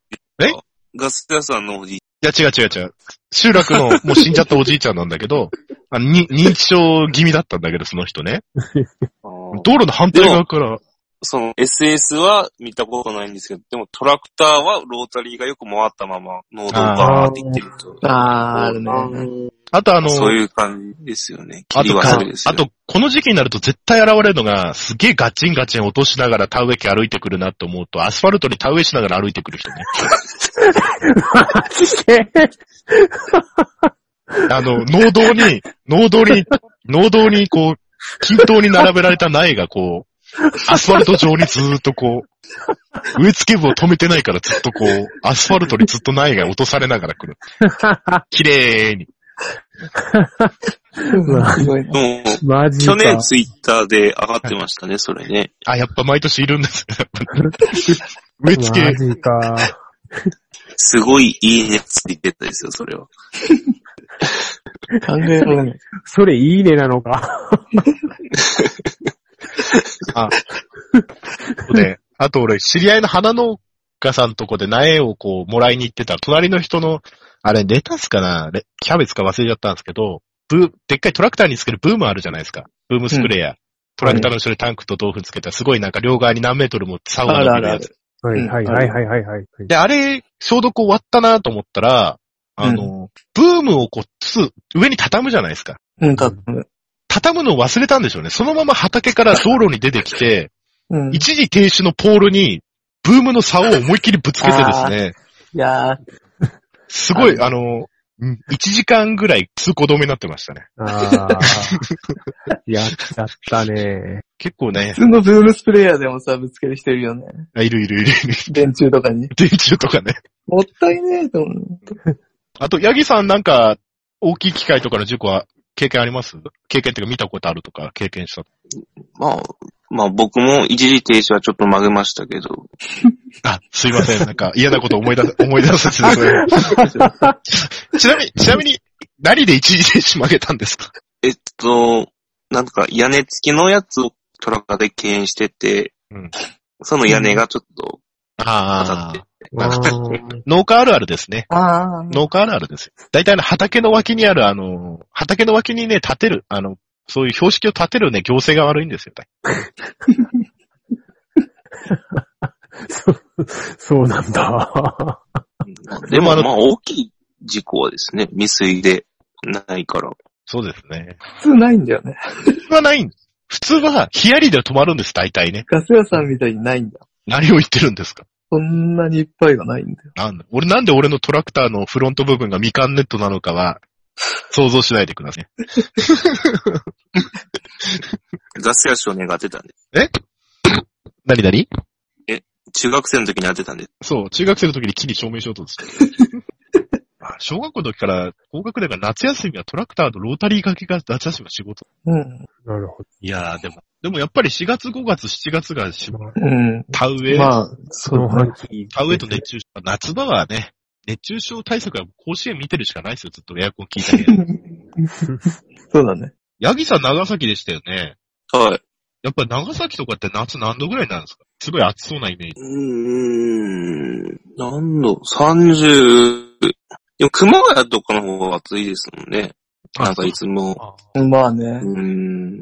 え
ガス屋さんのおじい
いや、違う違う違う。集落の、もう死んじゃったおじいちゃんなんだけど、あに認知症気味だったんだけど、その人ね。
ちゃん。
道路の反対側から、
その SS は見たことないんですけど、でもトラクターはロータリーがよく回ったまま、ノードバーっていってると。
あー、あるね。
あとあの、
そういう感じですよね。
あ
切り
と
は
か
そうですよ。
あと、この時期になると絶対現れるのが、すげえガチンガチン落としながら田植え機歩いてくるなって思うと、アスファルトに田植えしながら歩いてくる人ね。あの、農道に、農道に、農道にこう、均等に並べられた苗がこう、アスファルト上にずーっとこう、植え付け部を止めてないからずっとこう、アスファルトにずっと苗が落とされながら来る。綺麗に。
すごいな。
でも、
マジか。
去年ツイッターで上がってましたね、それね。
あ、やっぱ毎年いるん ですね。やっぱね植え付け
マ、ジか。
すごいいいねついてたですよ、それは。
考えられない。
それいいねなのか。
で、あと俺、知り合いの花農家さんとこで苗をこう、もらいに行ってたら、隣の人の、あれ、レタスかなレキャベツか忘れちゃったんですけど、ブー、でっかいトラクターにつけるブームあるじゃないですか。ブームスプレーや。トラクターの後ろにタンクと豆腐つけたら、すごいなんか両側に何メートルも竿が伸びるやつ。
はいはいはいはいはいはい。
で、あれ、消毒終わったなと思ったら、あの、ブームをこう、つ、上に畳むじゃないですか。
うん、たぶん。
畳むのを忘れたんでしょうね。そのまま畑から道路に出てきて、
うん。い
一時停止のポールに、ブームの竿を思いっきりぶつけてですね、
やー、
すごい、あの、うん1時間ぐらい通行止めになってましたね。
ああ。 やっちゃったね。
結構 ね
普、通のブームスプレーヤーでもさ、ぶつける人いるよね。
あいるいるいるいる。
電柱とかに。
電柱とかね。
もったいねえと思う。
あと、ヤギさんなんか、大きい機械とかの事故は経験あります経験っていうか見たことあるとか、経験した。
まあ、まあ僕も一時停止はちょっと曲げましたけど、
あ、すいません。なんか嫌なこと思い出 す、思い出させてくださ い。ちなみに、ちなみに、何で一時停止曲げたんですか
えっと、なんか屋根付きのやつをトラッカーで敬遠してて、
うん
その屋根がちょっと、
あ あ。
あー
農家あるあるですね。
ああ。
農家あるあるですよ。大体あの畑の脇にあるあの、畑の脇にね、建てる、あの、そういう標識を建てるね、行政が悪いんですよ。
そう、そうなんだ。
で
まあ
も
あの
まあ大きい事故はですね、未遂でないから。
そうですね。
普通ないんだよね。
普通はないん普通は、ヒヤリで止まるんです、大体ね。
ガス屋さんみたいにないんだ。
何を言ってるんですか
そんなにいっぱいがないんだよ。
なんだ俺なんで俺のトラクターのフロント部分がみかんネットなのかは、想像しないでください。
ガス屋少年が当てたんで。
何々
中学生の時に当てたんで。
そう、中学生の時に木に正面衝 突して。あ小学校の時から、高学年が夏休みはトラクターとロータリー掛けが夏休みは仕事。
うん。
なるほど。
いやー、でも、でもやっぱり4月、5月、7月がしま
うん。
田植え、
まあ、
こ
そう
の
だね
半。期。
田植えと熱中症。夏場はね、熱中症対策は甲子園見てるしかないですよ、ずっとエアコン効いた部屋
そうだね。
ヤギさん長崎でしたよね。
はい。
やっぱり長崎とかって夏何度ぐらいなんですかすごい暑そうなイメージ。
うーん。何度 ?30。でも熊谷とかの方が暑いですもんね。なんかいつも。
あ
まあ
う
ね。
ー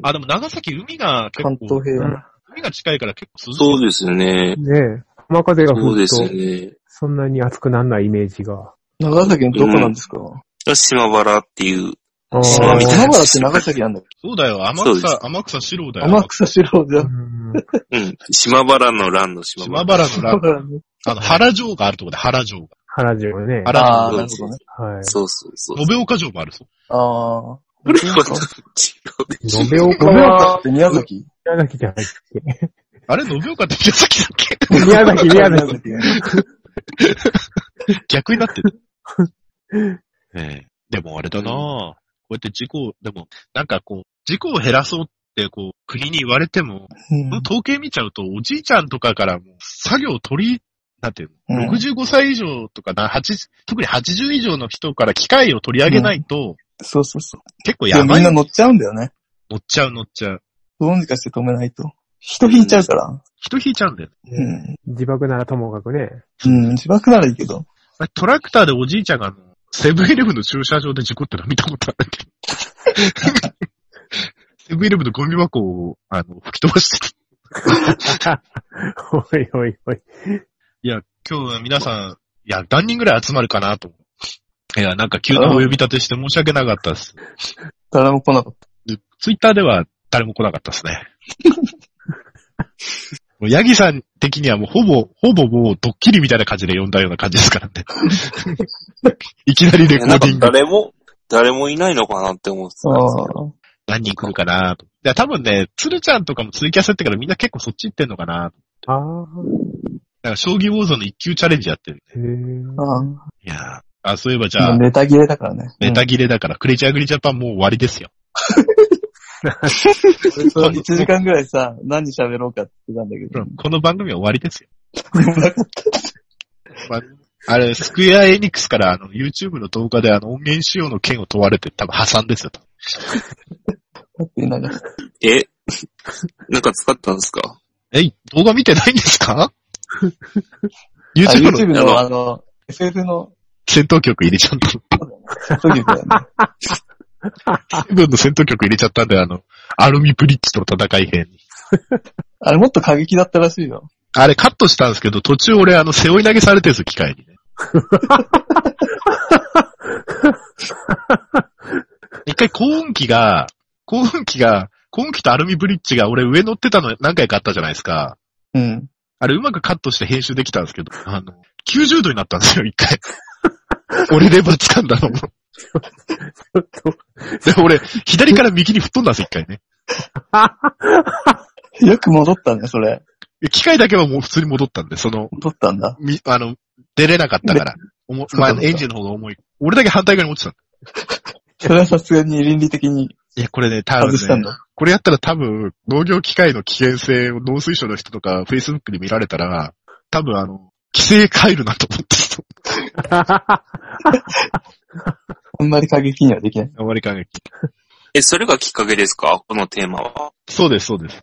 ん。
あ、でも長崎海が結
関
構
東、平野。
海が近いから結構涼しい。
そうですね。
ねえ。浜風が
そう
吹く
です
と、
ね。
そんなに熱くならないイメージが。
長崎のどこなんですか
島原っていう。
あー
島みたいな
島原って長崎なんだっ
そうだよ、天
そう
草、天草四郎だ
け
よ。
天草四郎じゃ。
うんん
うん。島原の乱の島
島
原。
原の乱、
だからね。
あの、原城があるところで原城が。
原城ね。
原
ああ、
城
な
が。
るほどね。
はい。
そうそうそう。
延岡城もあるそう。
ああ。
これはちょっと違うでしょ。
延岡
ごめんな
は
っ、て宮崎
宮崎じゃないっけ
あれ、延岡って宮崎だっけ
宮崎、宮崎。
逆になってる。 ええでもあれだなぁ。こうやって事故を、でも、なんかこう、事故を減らそうって、こう、国に言われても、
うん
統計見ちゃうと、おじいちゃんとかからもう、作業取り、なんていうの、
うん
?65 歳以上とかな、80特に80以上の人から機械を取り上げないと、
そうそうそう。
結構
いや、
やば
み
い。
んな
乗
乗っちゃうんだよね。
っちゃう乗っちゃう。
どうにかして止めないと。人引いちゃうから。
人引いちゃうんだよ。
うん。
自爆ならともかくね。
うん、自爆ならいいけど。
トラクターでおじいちゃんがあの、セブンイレブンの駐車場で事故ってのは見たことある けど。セブンイレブンのゴミ箱を、あの、吹き飛ばしてた。
おいおいおい。
いや、今日は皆さん、いや、何人ぐらい集まるかなと思う。いや、なんか急なお呼び立てして申し訳なかったです。
誰も来なかっ
でツイッターでは誰も来なかったです ね。もうヤギさん的にはもうほぼ、ほぼもうドッキリみたいな感じで呼んだような感じです からね。いきなりレコ
な
ー
んか
ディング。
誰も、誰もいないのかなって思って
た。
たんですけど
あ。
何人来るかなと。いや、多分ね、鶴ちゃんとかもツイキャスやってからみんな結構そっち行ってんのかな
ああ、
なんか将棋ウォーズの一級チャレンジやってる。
へえ。
あ
いやーあ、そういえばじゃ
あ。もう
あ、
ネタ切れだからね。
ネタ切れだから、クレイジャーグリージャパンもう終わりですよ。
うんそう一時間ぐらいさ、何喋ろうかって言ってたんだけど。
この番組は終わりですよ。
なかっ
まああれ、スクエアエニックスからあの、YouTube の動画であの、音源使用の件を問われて多分破産ですよ。
たって言いながら。
え なんか使ったんですか
えい、動画見てないんです か
YouTube
?YouTube の
のあの、SF の、
戦闘曲入れちゃった。
そういうだよね。
セブンの戦闘曲入れちゃったんで、あの、アルミブリッジとの戦い編。
あれもっと過激だったらしいよ。
あれカットしたんですけど、途中俺あの、背負い投げされてるんですよ、機械にね。一回高音機が、耕運機が、耕運機とアルミブリッジが俺上乗ってたの何回かあったじゃないですか。
うん。
あれうまくカットして編集できたんですけど、あの、90度になったんですよ、一回。俺レバー掴んだのも。
ちょっと、
で、俺、左から右に吹っ飛んだんです、一回ね。
よく戻ったね、それ。
機械だけはもう普通に戻ったんで、その、
戻ったんだ。
み、あの、出れなかったから。おも
そう
ま
か
あ、
そうか
エンジンの方が重い。俺だけ反対側に落ちたの
それはさすがに倫理的に
いや、これね、多分
外したん
ね、
だ。
これやったら多分、農業機械の危険性を農水省の人とか、Facebook で見られたら、多分あの、規制帰るなと思ってた。
あんまり過激にはできない。
あまり考えて
え、それがきっかけですかこのテーマは。
そうです、そう です。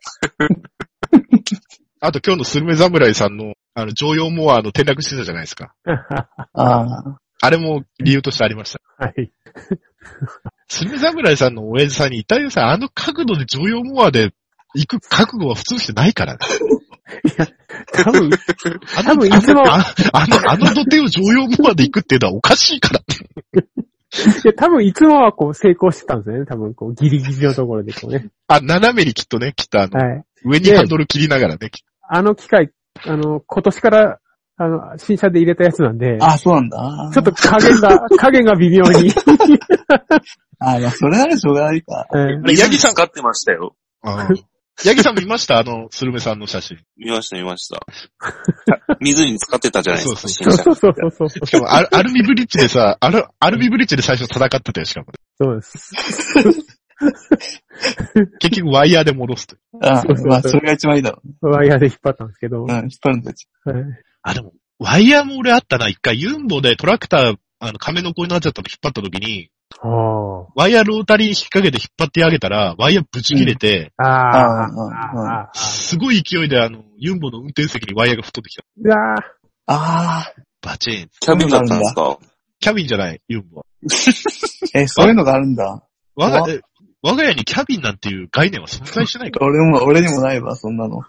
あと今日のスルメ侍さんの、あの、常用モアの転落してたじゃないですか。
ああ、
あれも理由としてありました。
はい。
スルメ侍さんの親父さんに、イタリアさん、あの角度で常用モアで行く覚悟は普通の人ないからね。
多分、
あの
多分いつも
ああの、あの土手を常用モアで行くっていうのはおかしいからって。
いや、多分いつもはこう成功してたんですよね。多分こうギリギリのところでこうね。
あ、斜めにきっとね、きっとあの、
はい。
上にハンドル切りながらね、きっと
あの機械、あの、今年から、あの、新車で入れたやつなんで、
ああ、そうなんだ。ああ
ちょっと加減が、加減が微妙に。
ああ、まあ、それならしょうがないか。
うん
あれヤギさん
使ってましたよ。
あの。ヤギさんもいましたあの、スルメさんの写真。
見ました、見 ました。水に使ってたじゃないですか、
そ
新
う
そうそう
車。
そうそう。
しかもアル、 アルミブリッジでさ、アル、アルミブリッジで最初戦ってたよ、しかも。
そうです。
結局ワイヤーで戻すと。
ああ
そうそうそう
まあ、それが一番いいだろうね。
ワイヤーで引っ張ったんですけど。
うん、引っ張るんだよ。
はい
あ、でも、ワイヤーも俺あったな、一回ユンボでトラクター、あの、亀の子になっちゃったの引っ張った時に、
あ
ワイヤーロータリー引っ掛けて引っ張ってあげたら、ワイヤーぶち切れて、
あ。あ
ああ
あ。
すごい勢いであの、ユンボの運転席にワイヤーが太ってきた。
いやー
ああ、
バチーン。
キャビンだったんですか
キャビンじゃない、ユンボは。
え、そういうのがあるんだ。
我
わ
が、え我が家にキャビンなんていう概念は存在してない から。
俺も、俺にもないわ、そんなの。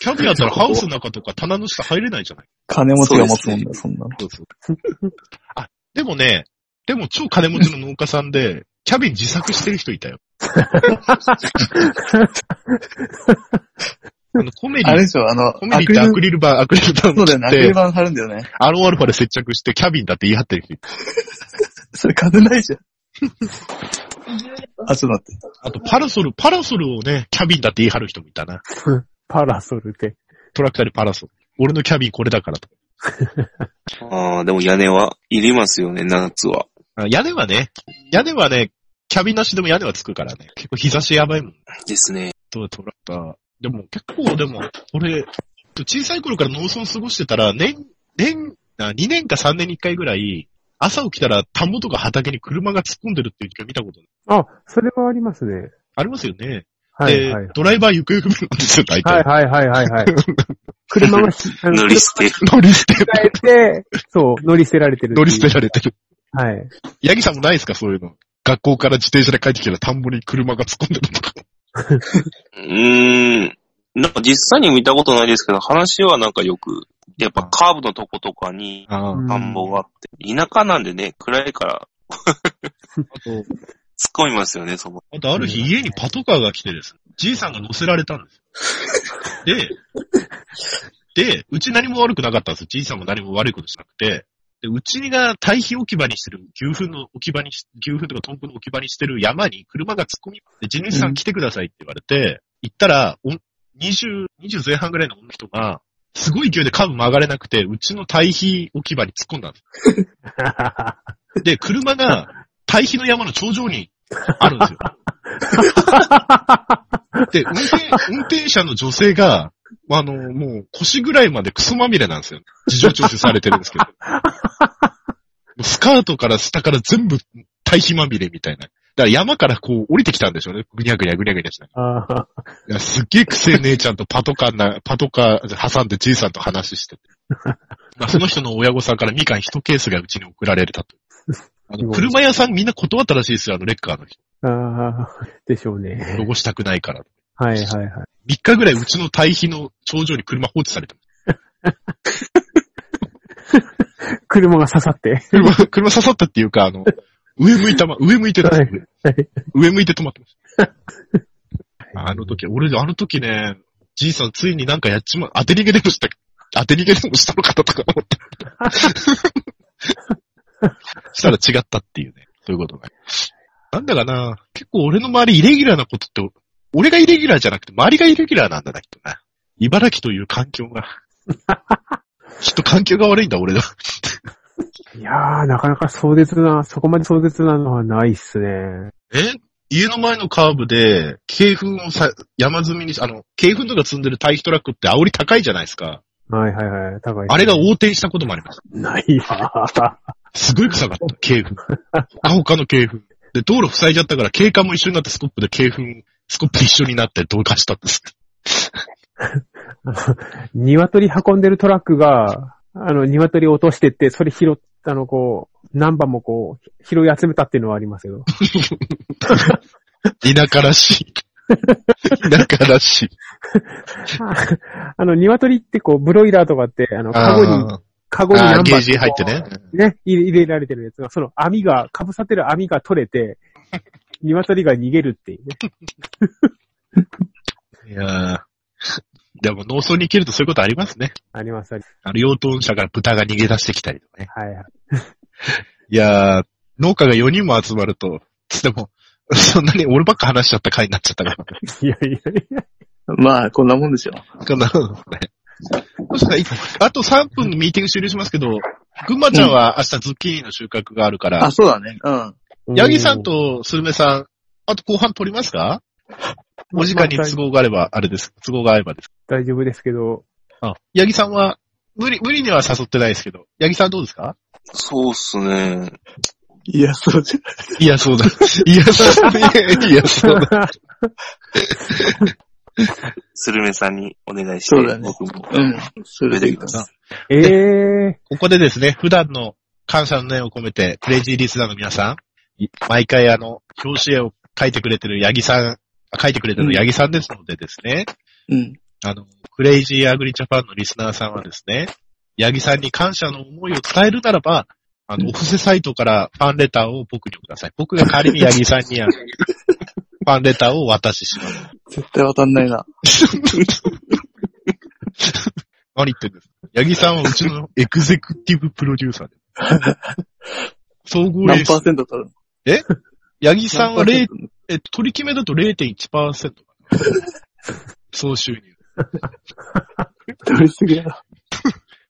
キャビンだったらハウスの中とか棚の下入れないじゃない。
金持ちが持つもんだよ、そんなの。
そうそう。あ、でもね、でも超金持ちの農家さんで、キャビン自作してる人い たよ。あの、コメリ
あれでしょ、あの、
コメリってアクリル板、アクリル板
そ
を
うだよね、アク
切
リル
って、
板貼るんだよね。
アロンアルファで接着してキャビンだって言い張ってる人いた。
それ風ないじゃん。あ、ちょっと待って。
あと、パラソル、パラソルをね、キャビンだって言い張る人もいたな。
パラソルって。
トラクターでパラソル。俺のキャビンこれだからと。
ああ、でも屋根はいりますよね、夏は。
あ屋根はね、屋根はね、キャビンなしでも屋根はつくからね。結構日差しやばいもん。
ですね。
とトラクター。でも結構でも、俺、小さい頃から農村過ごしてたら、年、年、あ2年か3年に1回ぐらい、朝起きたら田んぼとか畑に車が突っ込んでるっていう時は見たことない。
あ、それはありますね。
ありますよね。
はいはい
で、。ドライバー行方不明なんですよ、大体。
はいはいはいはいはい。車がし、あの
乗り捨て。
乗り捨て、
車が変えて、 そう、乗り捨てられてるってい
乗
う
り捨てられてる。
はい。
ヤギさんもないですか、そういうの。学校から自転車で帰ってきたら田んぼに車が突っ込んでるとか。
うーん。なんか実際に見たことないですけど、話はなんかよく、やっぱカーブのとことかに
あ
うん
田んぼがあって、田舎なんでね、暗いから
と、
突っ込みますよね、そこ。
あとある日家にパトカーが来てですね、じいさんが乗せられたんですよ。で、で、うち何も悪くなかったんですよ。じいさんも何も悪いことしなくて。で、うちが堆肥置き場にしてる、牛糞の置き場にし、牛糞とかトンプの置き場にしてる山に車が突っ込み、で、地主さん来てくださいって言われて、行ったら、お20、20前半ぐらいの女の人が、すごい勢いでカーブ曲がれなくて、うちの堆肥置き場に突っ込んだんです よ。で、車が堆肥の山の頂上にあるんですよ。で、運転、運転者の女性が、あの、もう腰ぐらいまでクソまみれなんですよ。事情聴取されてるんですけど。もうスカートから下から全部堆肥まみれみたいな。だから山からこう降りてきたんでしょうね。ぐにゃぐにゃぐにゃぐにゃしなが
あー
らいやすっげえくせえ姉ちゃんとパトカーな、 パトカー挟んでじいさんと話してて。まあその人の親御さんからみかん一ケースがうちに送られたと。あの、車屋さんみんな断ったらしいですよ、あのレッカーの人。
あー、でしょうね。
汚したくないから。
はいはいはい。
3日ぐらいうちの堆肥の頂上に車放置された。
車が刺さって。
車、車刺さったっていうか、あの、上向いたま、上向いてた。
はいはい
上向いて止まってました。あの時、俺、あの時ね、じいさんついになんかやっちま、当て逃げでもした、当て逃げでもしたのかなとか思った。 したら違ったっていうね。そういうことね。なんだかな、結構俺の周りイレギュラーなことって、俺がイレギュラーじゃなくて周りがイレギュラーなんだな、きっとな。茨城という環境 が。きっと環境が悪いんだ、俺が。
いやー、なかなか壮絶な、そこまで壮絶なのはないっすね。
え家の前のカーブで、軽粉をさ、山積みにし、あの、軽粉とか積んでる堆肥トラックって煽り高いじゃないですか。
はいはいはい。高い。
あれが横転したこともあります。
ないわ。
すごい臭かった、軽粉。他他の軽粉。で、道路塞いじゃったから警官も一緒になってスコップで軽粉、スコップ一緒になってどうかしたんです。
鶏運んでるトラックが、あの、鶏落としてって、それ拾ったの、こう、何番もこう、拾い集めたっていうのはありますけ ど。
田舎らしい。田舎らしい。
あの、鶏ってこう、ブロイラーとかって、あの、カゴに、
あ
カゴに
あ
何
ー、
番
ゲージ入ってね。
ね、入れ入れられてるやつが、その網が、かぶさってる網が取 れて、鶏が逃げるっていうね。
いやーでも農村に行けるとそういうことありますね。
あります、あります。
あの、養豚者から豚が逃げ出してきたりとかね。
はいはい。
いやー、農家が4人も集まると、つっても、そんなに俺ばっか話しちゃった回になっちゃったから。
いやいやいや。
まあ、こんなもんでしょう。
こんなのね。そしたらい、あと3分ミーティング終了しますけど、ぐんまちゃんは明日ズッキーニの収穫があるか
あ、
ら、
そうだね。うん。
ヤギさんとスルメさん、あと後半取りますか
うん、
お時間に都合があれば、あれです。都合があればです。
大丈夫ですけど、
あ、ヤギさんは、無理、無理には誘ってないですけど、ヤギさんどうですか
そうっすね。
いや、そうじゃ。
いや、そうだ。いや、そうだ。いや、そうだ。
スルメさんにお願いして、
そうだね
僕も。
うん。それでいいかな。
ええ
ここでですね、普段の感謝の念を込めて、クレイジーリスナーの皆さん、い毎回あの、表紙絵を描いてくれてるヤギさん、あ描いてくれてるヤギさんですのでですね、
うん。
あの、クレイジーアグリジャパンのリスナーさんはですね、ヤギさんに感謝の思いを伝えるならば、あの、お布施サイトからファンレターを僕にください。僕が仮にヤギさんにあのファンレターをお渡しします。
絶対渡んないな。
何言ってんですかヤギさんはうちのエグゼクティブプロデューサーで。総合
何
演出
パー。セント取るの
ヤギさんは0、
何パーセント取る
え、取り決めだと0.1%かな。 総収入。
の取りすぎだろ。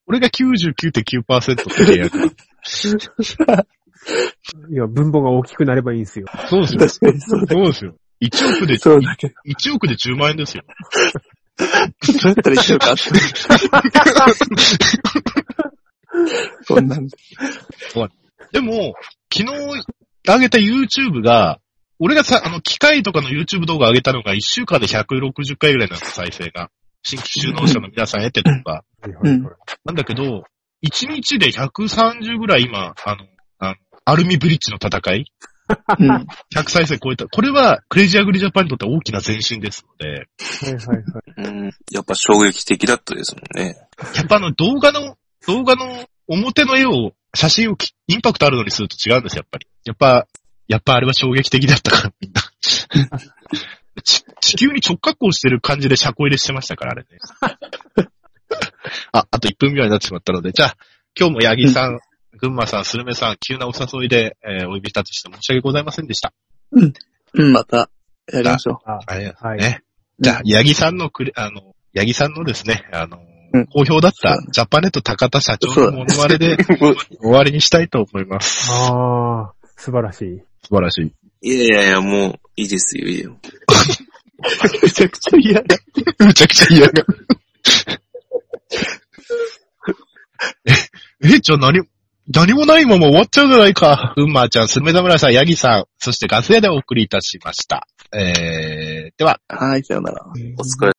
俺が99.9%って契約。
いや、分母が大きくなればいいんですよ。
そうですよ。
確かにそうだ
そうですよ。1億で、
そうだけど。
一億で10万円ですよ。
そうやったら一緒か。そんなんで。
でも、昨日上げた YouTube が、俺がさ、あの、機械とかの YouTube 動画上げたのが1週間で160回ぐらいなんです、再生が。新規収納者の皆さん得てとか。
うん
なんだけど、1日で130ぐらい今、あの、あのアルミブリッジの戦い
うん。はい
?100 再生超えた。これは、クレイジーアグリジャパンにとって大きな前進ですので、
はいはいはい。
うん。やっぱ衝撃的だったですもんね。
やっぱあの動画の、動画の表の絵を、写真をきインパクトあるのにすると違うんです、やっぱり。やっぱ、やっぱあれは衝撃的だったから、みんな。 ち地球に直角行してる感じで車庫入れしてましたから、あれね。あ、あと1分ぐらいになってしまったので、じゃあ、今日も八木さん、群馬さん、スルメさん、急なお誘いで、えーお呼び立ちして申し訳ございませんでした。
うん、また、やりましょ
あ、
ありがと
は
う
い。
ね。じゃあ、八木さんのくれ、あの、八木さんのですね、あの、
うん
好評だった
そうだ
ジャパネット高田社長
そう
の
だ
モノマネ で終わりにしたいと思います。
ああ、素晴らしい。
素晴らしい。
いやいやいや、もう、いいですよ、いいよ。
う。めちゃくち ゃ嫌だ。
むちゃくちゃ嫌が。え、え、じゃあ何、何もないまま終わっちゃうじゃないか。うんまーちゃん、すめだむらさん、ヤギさん、そしてガス屋でお送りいたしました。えー、では、
はい、さよなら。
お疲れ